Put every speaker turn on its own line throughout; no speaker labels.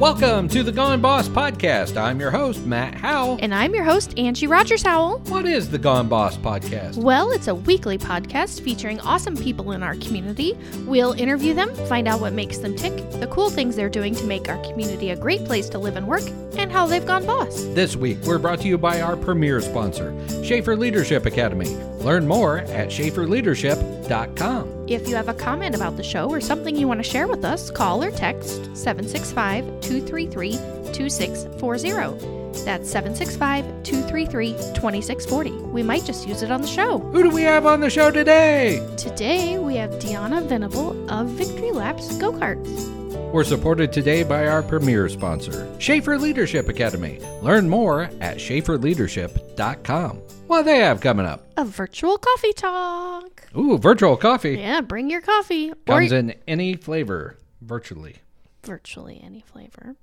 Welcome to the Gone Boss Podcast. I'm your host, Matt Howell.
And I'm your host, Angie Rogers Howell.
What is the Gone Boss Podcast?
Well, it's a weekly podcast featuring awesome people in our community. We'll interview them, find out what makes them tick, the cool things they're doing to make our community a great place to live and work, and how they've gone boss.
This week, we're brought to you by our premier sponsor, Schaefer Leadership Academy. Learn more at schaeferleadership.com.
If you have a comment about the show or something you want to share with us, call or text 765 233 2640. That's 765 233 2640. We might just use it on the show.
Who do we have on the show today?
Today, we have Deanna Venable of Victory Laps Go Karts.
We're supported today by our premier sponsor, Schaefer Leadership Academy. Learn more at schaeferleadership.com. What do they have coming up?
A virtual coffee talk.
Ooh, virtual coffee.
Yeah, bring your coffee. Or
Comes in any flavor, virtually.
virtually any flavor.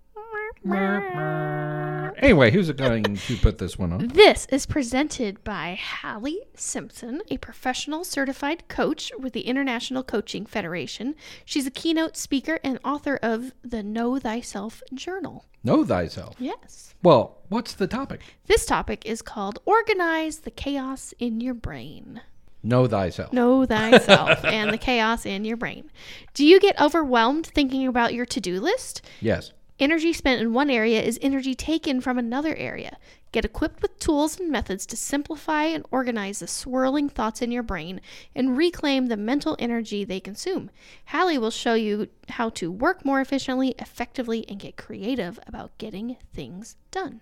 Anyway, who's going to put this one on?
This is presented by Hallie Simpson, a professional certified coach with the International Coaching Federation. She's a keynote speaker and author of the Know Thyself Journal.
Know thyself.
Yes.
Well, what's the topic?
This topic is called Organize the Chaos in Your Brain.
Know thyself.
Know thyself and the chaos in your brain. Do you get overwhelmed thinking about your to do list?
Yes.
Energy spent in one area is energy taken from another area. Get equipped with tools and methods to simplify and organize the swirling thoughts in your brain and reclaim the mental energy they consume. Hallie will show you how to work more efficiently, effectively, and get creative about getting things done.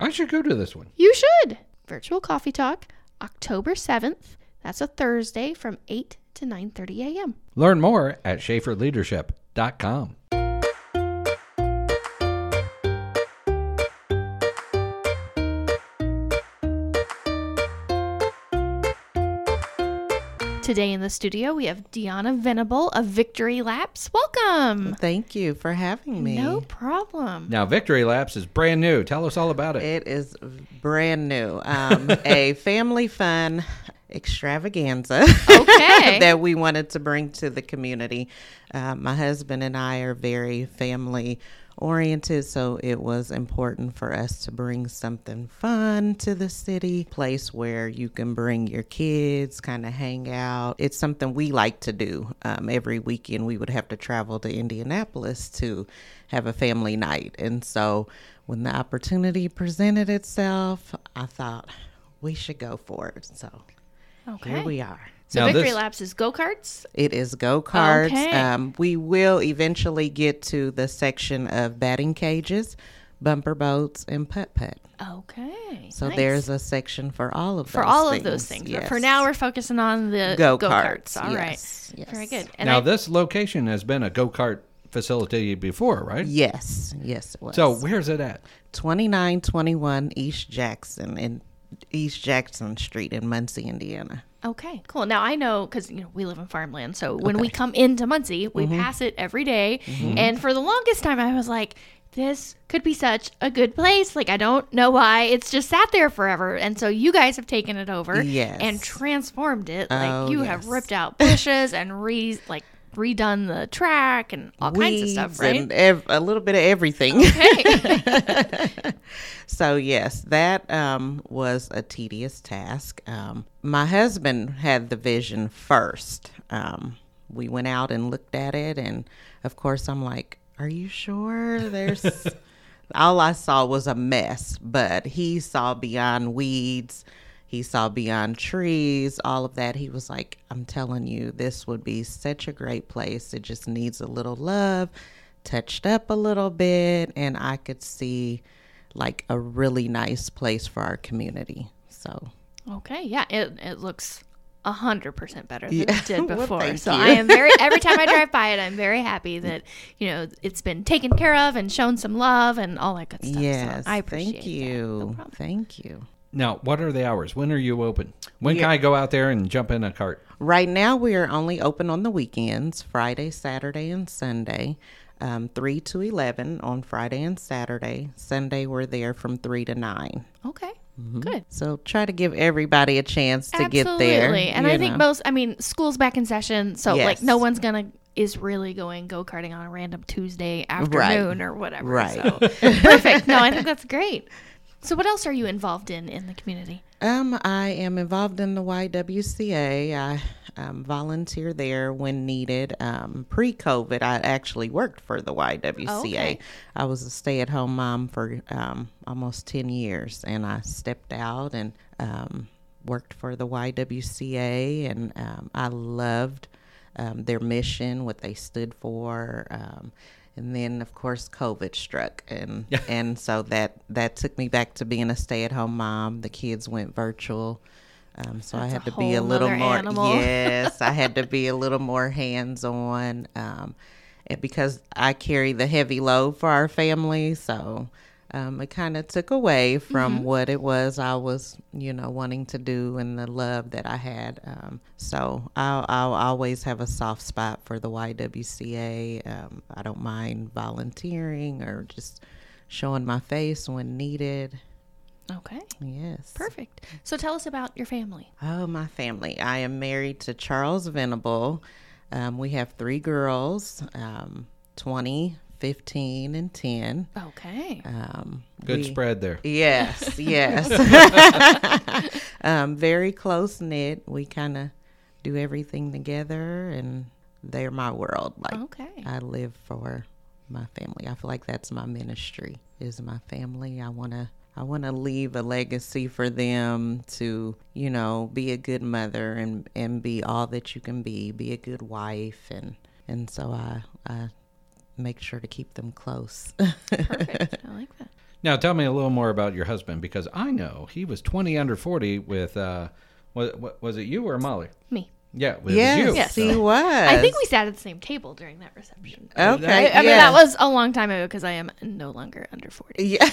I should go to this one.
You should! Virtual Coffee Talk, October 7th. That's a Thursday from 8 to 9:30 a.m.
Learn more at schaeferleadership.com.
Today in the studio, we have Deanna Venable of Victory Laps. Welcome.
Thank you for having me.
No problem.
Now, Victory Laps is brand new. Tell us all about it.
It is brand new. Um, a family fun extravaganza
Okay.
that we wanted to bring to the community. Uh, my husband and I are very family oriented, so it was important for us to bring something fun to the city, place where you can bring your kids, kind of hang out. It's something we like to do. Um, every weekend, we would have to travel to Indianapolis to have a family night. And so when the opportunity presented itself, I thought we should go for it. So
okay.
here we are.
So
Now
Victory
this-
Laps is go karts.
It is go karts.
Okay.
Um, we will eventually get to the section of batting cages, bumper boats, and putt putt.
Okay.
So there's a section for all of
for
those
all
things.
of those things. But
Yes.
for now, we're focusing on the go
Go-karts,
karts. All right.
yes, yes.
Very good. And
now,
I-
this location has been a go kart facility before, right?
yes, yes, it was.
So, where's it at?
twenty nine twenty one East Jackson in East Jackson Street in Muncie, Indiana.
okay, cool. Now I know because you know we live in farmland. So when we come into Muncie, we
Mm-hmm.
pass it every day. And for the longest time, I was like. This could be such a good place. Like I don't know why it's just sat there forever, and so you guys have taken it over
Yes.
and transformed it. Like
Oh,
you have
yes.
ripped out bushes and re like redone the track and all kinds of stuff,
Weeds
right?
And ev- a little bit of everything.
Okay.
So yes, that um, was a tedious task. Um, my husband had the vision first. Um, we went out and looked at it, and of course, I'm like, "Are you sure?" There's all I saw was a mess, but he saw beyond weeds. He saw beyond trees, all of that. He was like, I'm telling you, this would be such a great place. It just needs a little love, touched up a little bit, and I could see like a really nice place for our community. So
Okay, yeah, it, it looks a hundred percent better than
Yeah.
it did
Well,
before.
thank
so
you.
I am very every time I drive by it, I'm very happy that you know it's been taken care of and shown some love and all that good stuff. So
yes,
I appreciate
thank
that. No
you,
problem.
thank you.
Now, what are the hours? When are you open? When can I go out there and jump in a cart?
Right now, we are only open on the weekends Friday, Saturday, and Sunday, um, 3 to 11 on Friday and Saturday. Sunday, we're there from 3 to 9.
Okay, good.
So try to give everybody a chance Mm-hmm. to
Absolutely.
get there.
and
you
I think
know.
most. I mean, school's back in session, so like
Yes.
no one's gonna. is really going go karting on a random Tuesday afternoon or whatever.
Right.
So, perfect. No, I think that's great. So, what else are you involved in in the community?
Um, I am involved in the YWCA. I um, volunteer there when needed. Um, Pre COVID, I actually worked for the YWCA.
Oh, okay.
I was a stay at home mom for um, almost 10 years, and I stepped out and um, worked for the YWCA, and um, I loved um, their mission, what they stood for. Um, and then, of course, COVID struck, and and so that that took me back to being a stay-at-home mom. The kids went virtual, um, so I
That's
had
a
to be a
whole
little
nother
more.
animal.
Yes, I had to be a little more hands-on, um, and because I carry the heavy load for our family. So um, it kind of took away from what it was I was, you know, wanting to do and the love that I had. Um, so I'll, I'll always have a soft spot for the YWCA. Um, I don't mind volunteering or just showing my face when needed.
Okay.
Yes.
Perfect. So, tell us about your family.
Oh, my family. I am married to Charles Venable. Um, we have three girls um, 20, 15, and 10.
Okay.
Um,
Good
we-
spread there.
Yes, yes. um, very close knit. We kind of do everything together, and they're my world. Like
Okay.
I live for my family. I feel like that's my ministry. Is my family. I wanna. I want to leave a legacy for them to, you know, be a good mother and, and be all that you can be, be a good wife. And, and so I, I make sure to keep them close.
Perfect. I like that.
Now, tell me a little more about your husband because I know he was 20 under 40 with, uh, was, was it you or Molly?
Me.
Yeah, it was you.
Yes,
so-
he was.
I think we sat at the same table during that reception. I,
Okay.
I mean,
yeah.
that was a long time ago because I am no longer under 40.
Yeah.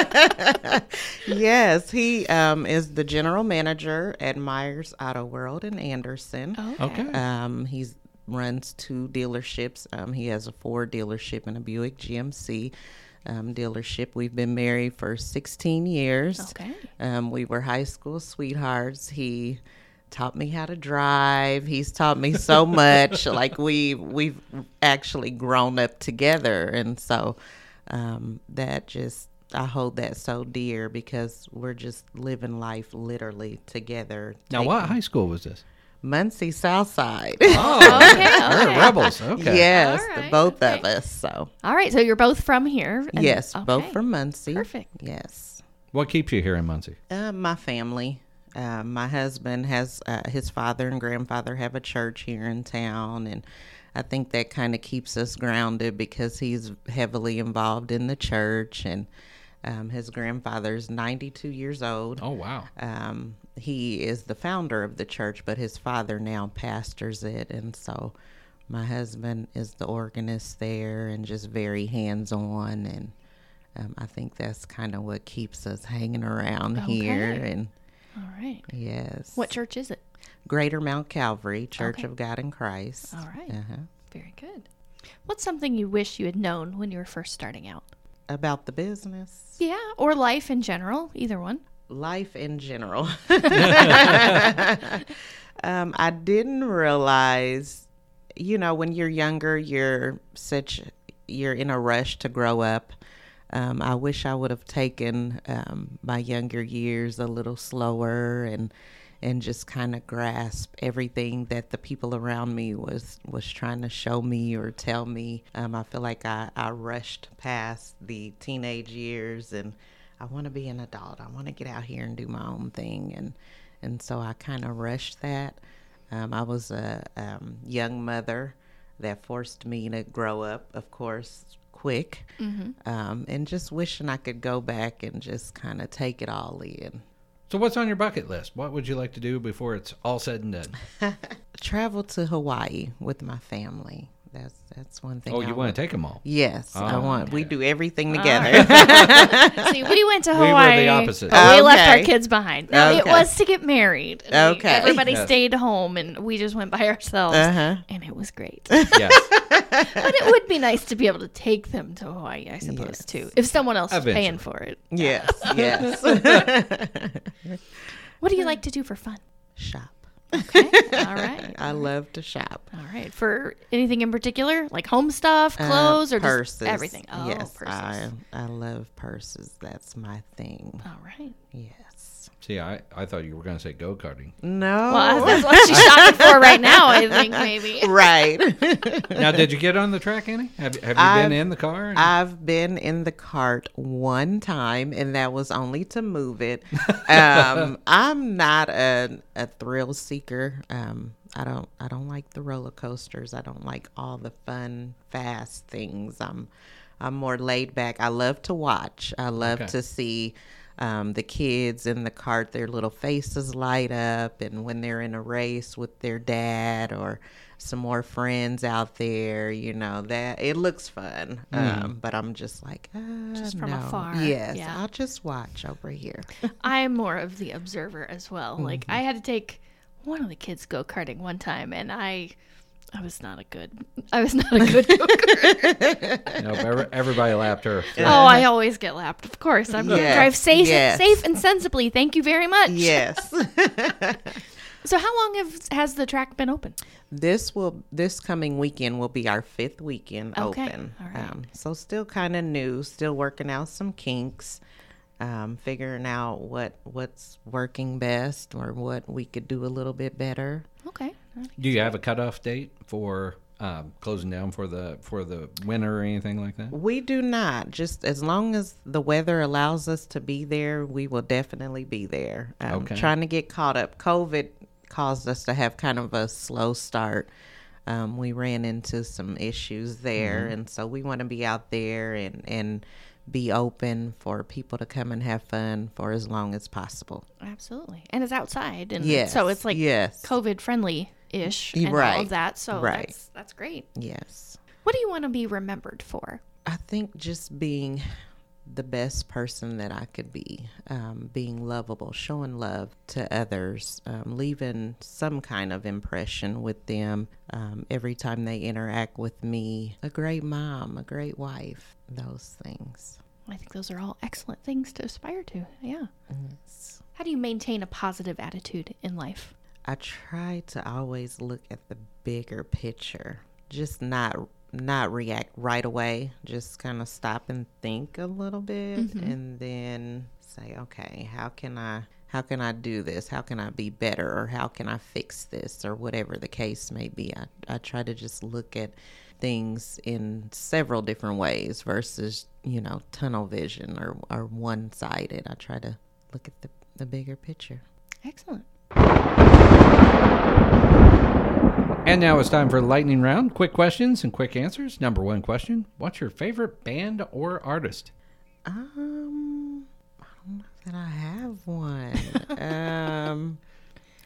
yes, he um, is the general manager at Myers Auto World in
Oh,
Anderson.
Okay.
Um, he runs two dealerships. Um, he has a Ford dealership and a Buick GMC um, dealership. We've been married for 16 years.
Okay.
Um, we were high school sweethearts. He taught me how to drive. He's taught me so much. like we we've actually grown up together, and so um, that just I hold that so dear because we're just living life literally together.
Now, what high school was this?
Muncie Southside.
Oh,
Okay.
they're
okay.
rebels. Okay.
yes,
All
the
right,
both of
okay.
us. So
All right. So, you're both from here. and-
yes, both
okay.
from Muncie.
Perfect.
Yes.
What keeps you here in Muncie?
Uh, my family. Uh, my husband has uh, his father and grandfather have a church here in town, and I think that kind of keeps us grounded because he's heavily involved in the church, and um, his grandfather's ninety-two years old.
Oh, wow.
Um, he is the founder of the church, but his father now pastors it, and so my husband is the organist there, and just very hands-on, and um, I think that's kind of what keeps us hanging around here.
Okay.
And
All right.
yes,
What church is it?
Greater Mount Calvary Church
Okay.
of God in Christ?
All right.
Uh-huh.
Very good. What's something you wish you had known when you were first starting out?
About the business.
Yeah, or life in general, either one.
life in general. um, I didn't realize, you know, when you're younger, you're such, you're in a rush to grow up. Um, I wish I would have taken um, my younger years a little slower and and just kind of grasp everything that the people around me was was trying to show me or tell me. Um, I feel like I, I rushed past the teenage years and I want to be an adult. I want to get out here and do my own thing, and and so I kind of rushed that. Um, I was a um, young mother that forced me to grow up, of course, quick,
Mm-hmm.
um, and just wishing I could go back and just kind of take it all in.
So, what's on your bucket list? What would you like to do before it's all said and done?
Travel to Hawaii with my family. That's that's one thing.
Oh,
I
you want to take them all?
Yes, I
Oh,
want. We
okay.
do everything
Ah.
together.
See, we went to
were the
Hawaii.
opposite.
but We left our
Oh, Okay.
kids behind. No, it
Okay.
was to get married. We-
Okay.
everybody
Yes.
stayed home, and we just went by ourselves,
Uh-huh.
and it was great.
yes.
but it would be nice to be able to take them to Hawaii, I suppose,
Yes.
too, if someone else is
Eventually.
paying for it.
yes, yes.
What do you like to do for fun?
Shop.
Okay. All right.
I love to shop.
All right. For anything in particular, like home stuff, clothes, or
Uh, purses.
just everything. Oh,
yes,
purses.
I, I love purses. That's my thing.
All right.
Yes.
See, I, I thought you were going to say go karting.
No.
Well, that's what she's shopping for right now. I think maybe.
right.
now, did you get on the track, Annie? Have, have you
I've-
been in the car?
I've been in the cart one time, and that was only to move it. Um, I'm not a, a thrill seeker. Um, I don't. I don't like the roller coasters. I don't like all the fun, fast things. I'm. I'm more laid back. I love to watch. I love
Okay.
to see um, the kids in the cart, their little faces light up, and when they're in a race with their dad or some more friends out there, you know that it looks fun. Um, but I'm just like, uh,
Just from
no.
afar,
Yes,
yeah.
I'll just watch over here.
I'm more of the observer as well. Like I had to take one of the kids go karting one time, and I, I was not a good. I was not a good. go
no, ever- everybody lapped her.
Oh, I always get lapped. Of course, I'm gonna
Yes,
drive safe,
yes.
safe and sensibly. Thank you very much.
yes,
So, how long have, has the track been open?
this will this coming weekend will be our fifth weekend
Okay,
open.
all right.
Um, so still kind of new, still working out some kinks. Um, figuring out what what's working best or what we could do a little bit better.
Okay.
Do you have a cutoff date for um, closing down for the for the winter or anything like that?
We do not. Just as long as the weather allows us to be there, we will definitely be there. Um,
Okay.
Trying to get caught up. COVID caused us to have kind of a slow start. Um, we ran into some issues there, and so we want to be out there and and be open for people to come and have fun for as long as possible.
Absolutely. And it's outside, and
Yes.
so it's like
yes,
COVID friendly ish, and all
Right,
of that. So
right.
that's that's great.
yes.
What do you want to be remembered for?
I think just being the best person that I could be, um, being lovable, showing love to others, um, leaving some kind of impression with them um, every time they interact with me. A great mom, a great wife, those things.
I think those are all excellent things to aspire to. Yeah.
Mm-hmm.
How do you maintain a positive attitude in life?
I try to always look at the bigger picture, just not not react right away. Just kind of stop and think a little bit, and then say, okay, how can I how can I do this? How can I be better, or how can I fix this, or whatever the case may be. I I try to just look at things in several different ways versus you know tunnel vision or or one sided. I try to look at the the bigger picture.
Excellent.
And now it's time for lightning round. Quick questions and quick answers. Number one question: What's your favorite band or artist?
Um, I don't know that I have one. um,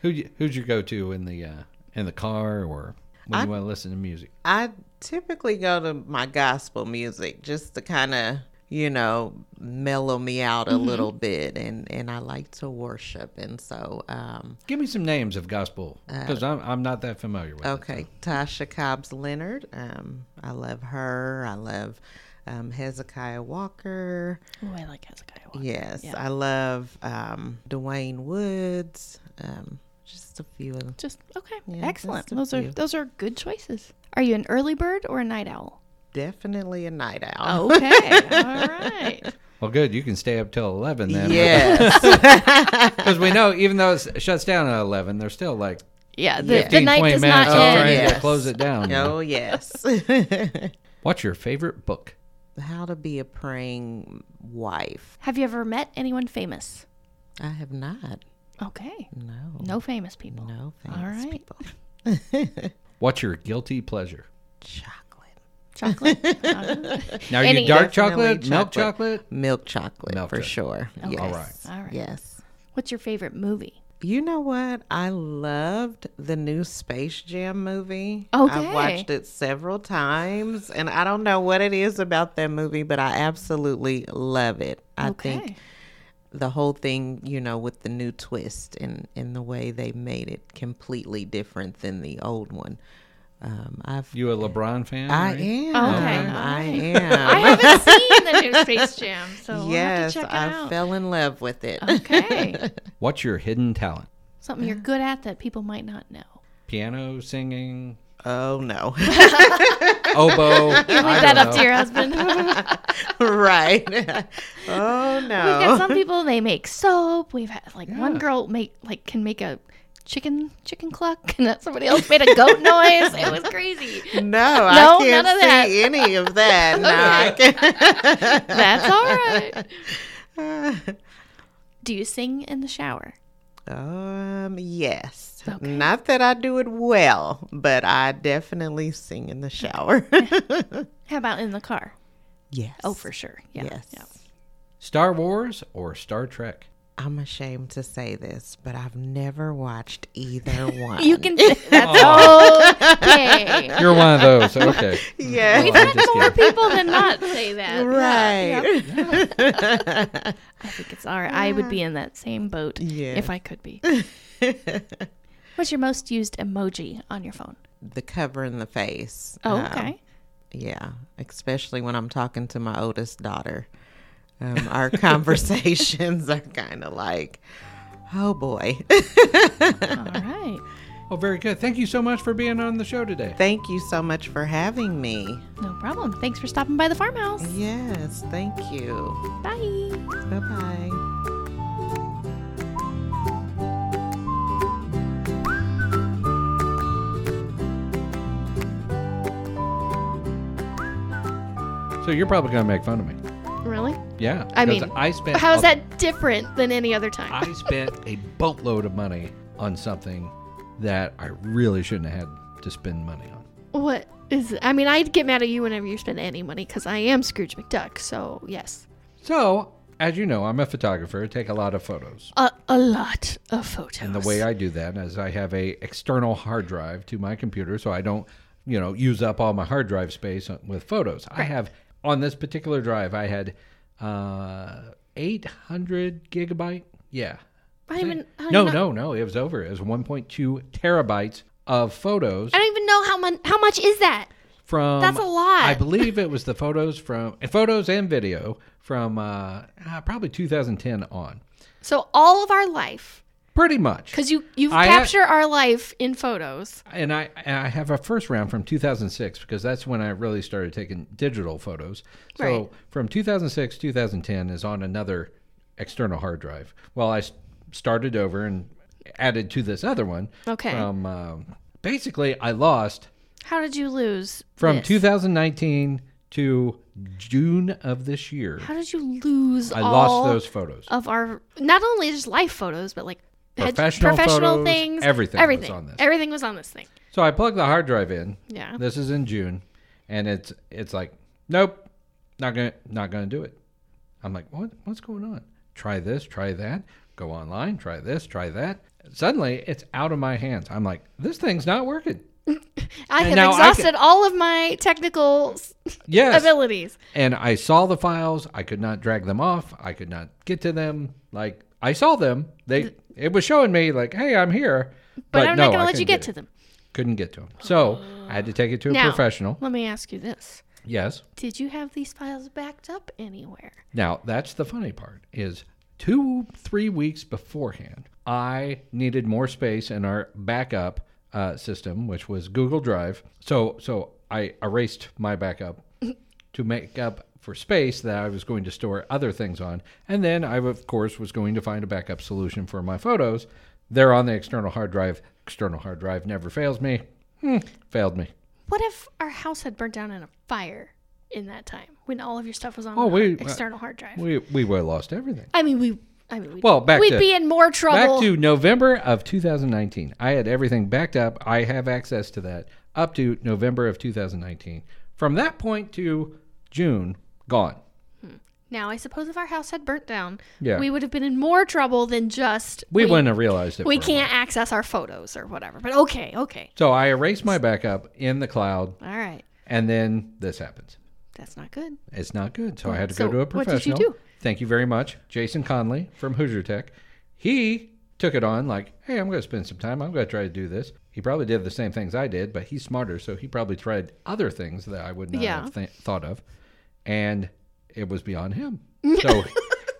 Who you- who's your go-to in the uh, in the car or when you want to listen to music?
I typically go to my gospel music just to kind of, you know, mellow me out a little bit, and and I like to worship, and so um,
Give me some names of gospel because I'm I'm not that familiar with. it,
Uh, Okay, Tasha Cobbs Leonard. Um, I love her. I love um, Hezekiah Walker.
Oh, I like Hezekiah. Walker.
Yes,
Yeah.
I love um, Dwayne Woods. Um, just a few of
Just okay.
Yeah,
Excellent.
just a
Those are
few.
those are good choices. Are you an early bird or a night owl?
Definitely a night owl.
Oh. Okay. All right.
so. Well, good. You can stay up till eleven then.
Yes.
Because we know even though it shuts down at eleven, there's still like
Yeah. The, the
15,
night
20
does
minutes
not
of trying
end.
right.
to
Yes.
close it down.
oh, yes.
What's your favorite book?
How to be a praying wife.
Have you ever met anyone famous?
I have not.
Okay.
No.
No famous people.
No, thanks.
All right.
people.
What's your guilty pleasure?
chocolate.
Chocolate. Uh,
Now, are
Any-
you dark
Definitely
chocolate, milk
chocolate.
chocolate?
Milk chocolate,
Milk
for
chocolate.
sure. Yes.
All right.
All right.
Yes.
What's your favorite movie?
You know what? I loved the new Space Jam movie.
Okay.
I've watched it several times and I don't know what it is about that movie, but I absolutely love it. I think the whole thing, you know, with the new twist and, and the way they made it completely different than the old one. Um, I've
You a LeBron fan?
I
right?
am.
Oh,
Um,
Okay,
I
I
am.
haven't seen the new Space Jam, so we'll have
yes,
to check it
I
out.
fell in love with it.
okay.
What's your hidden talent?
Something you're good at that people might not know.
Piano, singing,
Oh no.
Oboe.
You leave that up to your husband.
right. oh
We've got
no.
some people they make soap. We've had like one girl make like can make a chicken chicken cluck, and somebody else made a goat noise. It was crazy.
No,
No,
I can't
none of
see
that.
any of that. No, I can't.
That's all right. Do you sing in the shower?
um, yes.
Okay.
Not that I do it well, but I definitely sing in the shower.
How about in the car?
yes.
Oh, for sure. Yeah.
Yes.
Yeah.
Star Wars or Star Trek?
I'm ashamed to say this, but I've never watched either one.
You can. That's okay.
You're one of those. Okay.
Yeah.
Well, I'm just
More
kidding.
people than not say that. Yeah.
Right.
I think it's all right. I would be in that same boat if
Yes.
I could be. What's your most used emoji on your phone?
the cover in the face.
Oh,
Um,
okay.
yeah, especially when I'm talking to my oldest daughter. Um, our conversations are kind of like, oh boy.
all right.
Oh, very good. Thank you so much for being on the show today.
thank you so much for having me.
No problem. Thanks for stopping by the farmhouse.
Yes, thank you.
Bye.
Bye bye.
So you're probably going to make fun of me.
Really?
Yeah.
I
because
mean,
I spent
How's
a-
that different than any other time?
I spent a boatload of money on something that I really shouldn't have had to spend money on.
What is it? I mean, I'd get mad at you whenever you spend any money because I am Scrooge McDuck, so yes.
So, as you know, I'm a photographer. I take a lot of photos.
A, a lot of photos.
And the way I do that is I have a external hard drive to my computer, so I don't, you know, use up all my hard drive space on- with photos. I have on this particular drive, I had uh, 800 gigabyte. Yeah,
I don't even, I don't
no,
even know,
no, no. It was over. It was 1.2 terabytes of photos
I don't even know how much. How much is that?
from.
That's a lot.
I believe it was the photos from photos and video from uh, uh, probably 2010 on.
So all of our life,
Pretty much.
because you you
I-
capture our life in photos.
and I and I have a first round from 2006 because that's when I really started taking digital photos. So
Right.
from 2006 2010 is on another external hard drive. Well, I s- started over and added to this other one.
Okay.
From um, basically, I lost
How did you lose?
from
this?
2019 to June of this year.
How did you lose?
I
all
lost those photos.
of our not only just life photos, but like had-
Professional
professional
photos,
things.
everything was
everything
on this.
Everything was on this thing.
So I plugged the hard drive in.
Yeah.
This is in June, and it's it's like, nope, not gonna not gonna do it. I'm like, what what's going on? Try this, try that, go online, try this, try that. Suddenly, it's out of my hands. I'm like, this thing's not working. And
I have
now I can-
exhausted all of my technical s-
Yes,
abilities.
and I saw the files. I could not drag them off. I could not get to them. Like I saw them. They it was showing me like, hey, I'm here.
But, I'm
no,
not going
I
to let you
couldn't
get
it.
to them.
Couldn't get to them. So I had to take it to a
Now-
professional.
Let me ask you this.
Yes.
Did you have these files backed up anywhere?
Now, that's the funny part is two, three weeks beforehand, I needed more space in our backup uh, system, which was Google Drive. So, so I erased my backup to make up for space that I was going to store other things on. And then I, of course, was going to find a backup solution for my photos. They're on the external hard drive. External hard drive never fails me. Hmm, failed me.
What if our house had burnt down in a fire in that time when all of your stuff was on
Oh,
an
we-
external hard drive?
We, we would have lost everything.
I mean, we. I mean, we'd,
Well, back
we'd
to-
be in more trouble.
Back to November of 2019. I had everything backed up. I have access to that up to November of 2019. From that point to June, gone.
now, I suppose if our house had burnt down,
Yeah.
we would have been in more trouble than just
We, wouldn't have realized it.
we
for a
can't access our photos or whatever. But okay, okay,
while. So I erased my backup in the cloud,
all right,
and then this happens.
that's not good.
It's not good. So I had to
So
go to a
what did you
professional.
do?
Thank you very much, Jason Conley from Hoosier Tech. He took it on like, hey, I'm going to spend some time. I'm going to try to do this. He probably did the same things I did, but he's smarter, so he probably tried other things that I would not
Yeah.
have th- thought of, and it was beyond him. So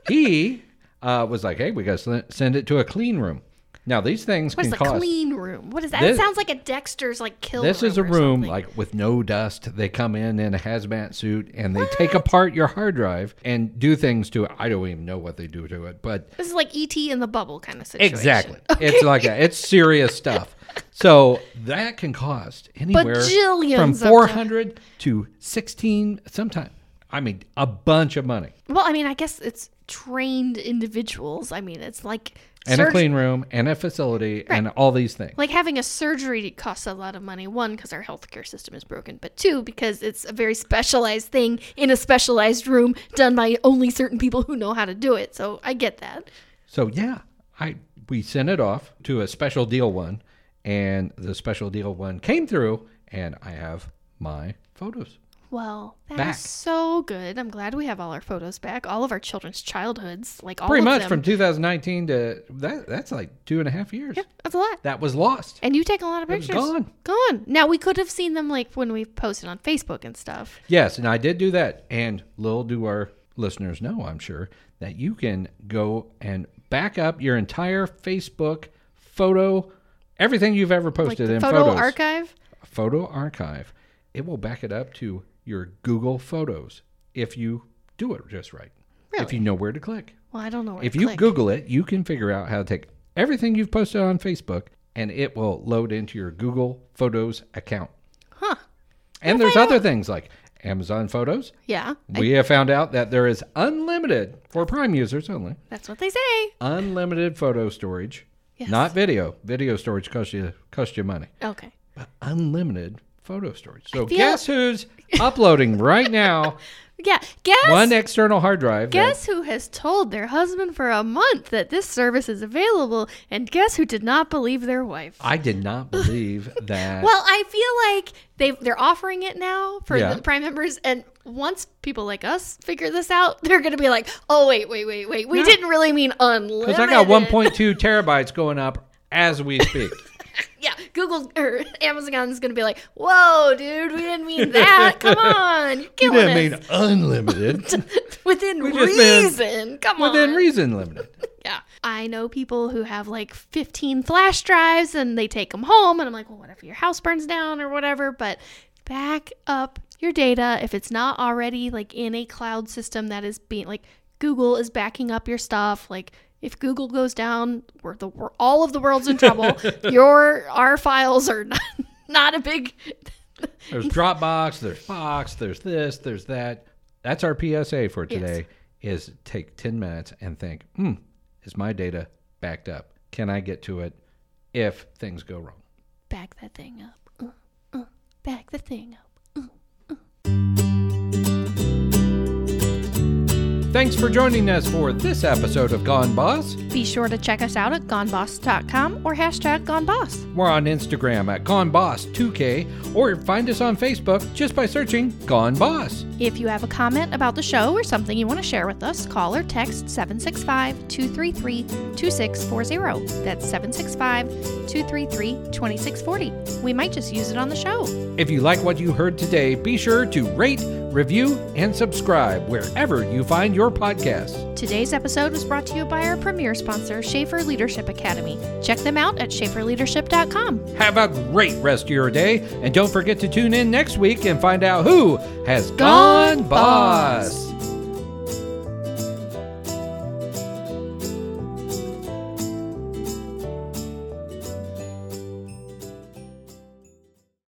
he uh, was like, hey, we got to send it to a clean room. Now these things
What is
can
the
cost.
clean room? What is that?
This-
it sounds like a Dexter's like kill.
This is a
room or
room
something.
like with no dust. They come in in a hazmat suit and they take apart your hard drive and do things to it. I don't even know what they do to it, but
This is like ET in the bubble kind of situation.
exactly, it's like a, it's serious stuff. So that can cost anywhere from
Bajillions of dollars.
four hundred to sixteen. Sometimes I mean a bunch of money
Well, I mean, I guess it's trained individuals. I mean, it's like
and a
surg-
clean room and a facility and all these things.
like having a surgery costs a lot of money. One, because our healthcare system is broken, but two, because it's a very specialized thing in a specialized room done by only certain people who know how to do it. So I get that.
So yeah, I we sent it off to a special deal one, and the special deal one came through, and I have my photos.
Well, that is
Back.
so good. I'm glad we have all our photos back, all of our children's childhoods, like all
Pretty
of
much
them.
from 2019 to that, that's like two and a half years.
That's a lot.
That was lost.
And you take a lot of
It's
pictures.
gone.
Gone. Now we could have seen them like when we posted on Facebook and stuff.
Yes, and I did do that. And little do our listeners know, I'm sure, that you can go and back up your entire Facebook photo, everything you've ever
Like
posted
the
in
photo
photos.
archive.
photo archive, it will back it up to your Google Photos if you do it just right. If
Really?
you know where to click.
Well, I don't know. Where
If
to
you
click.
Google it, you can figure out how to take everything you've posted on Facebook and it will load into your Google Photos account.
huh?
And there's other things like Amazon Photos.
Yeah,
We have found out that there is unlimited, for Prime users only,
that's what they say.
unlimited photo storage.
Yes.
Not video. Video storage costs you costs you money
Okay.
unlimited photo storage. So
feel-
guess who's uploading right now
Yeah. Guess
one external hard drive. that-
guess who has told their husband for a month that this service is available, and guess who did not believe their wife.
I did not believe that.
well, I feel like they they're offering it now for
Yeah.
the Prime members, and once people like us figure this out, they're gonna be like, "Oh wait, wait, wait, wait, we didn't really mean unlimited."
because I got 1.2 terabytes going up as we speak.
yeah, Google or Amazon's gonna be like, "Whoa, dude, we didn't mean that. Come on, you're killing us."
unlimited.
within
just meant-
reason. Come on,
Within reason, limited.
Yeah, I know people who have like 15 flash drives and they take them home, and I'm like, well, what if your house burns down or whatever? But back up your data if it's not already like in a cloud system that is being like Google is backing up your stuff, like. If Google goes down, we're the we're, all of the world's in trouble. Your our files are not, not a big
There's Dropbox. There's Box. There's this. There's that. That's our PSA for today. Is take 10 minutes and think. Hmm. Is my data backed up? Can I get to it if things go wrong?
back that thing up. Uh, uh, back the thing up.
Thanks for joining us for this episode of Gone Boss.
Be sure to check us out at goneboss.com or hashtag goneboss.
We're on Instagram at GoneBoss2K or find us on Facebook just by searching Gone Boss.
If you have a comment about the show or something you want to share with us, call or text 765 233 2640. That's 765 233 2640. We might just use it on the show.
If you like what you heard today, be sure to rate, review, and subscribe wherever you find your podcasts.
Today's episode was brought to you by our premier sponsor, Schaefer Leadership Academy. Check them out at schaeferleadership.com.
Have a great rest of your day, and don't forget to tune in next week and find out who has
Gone
Gone Boss.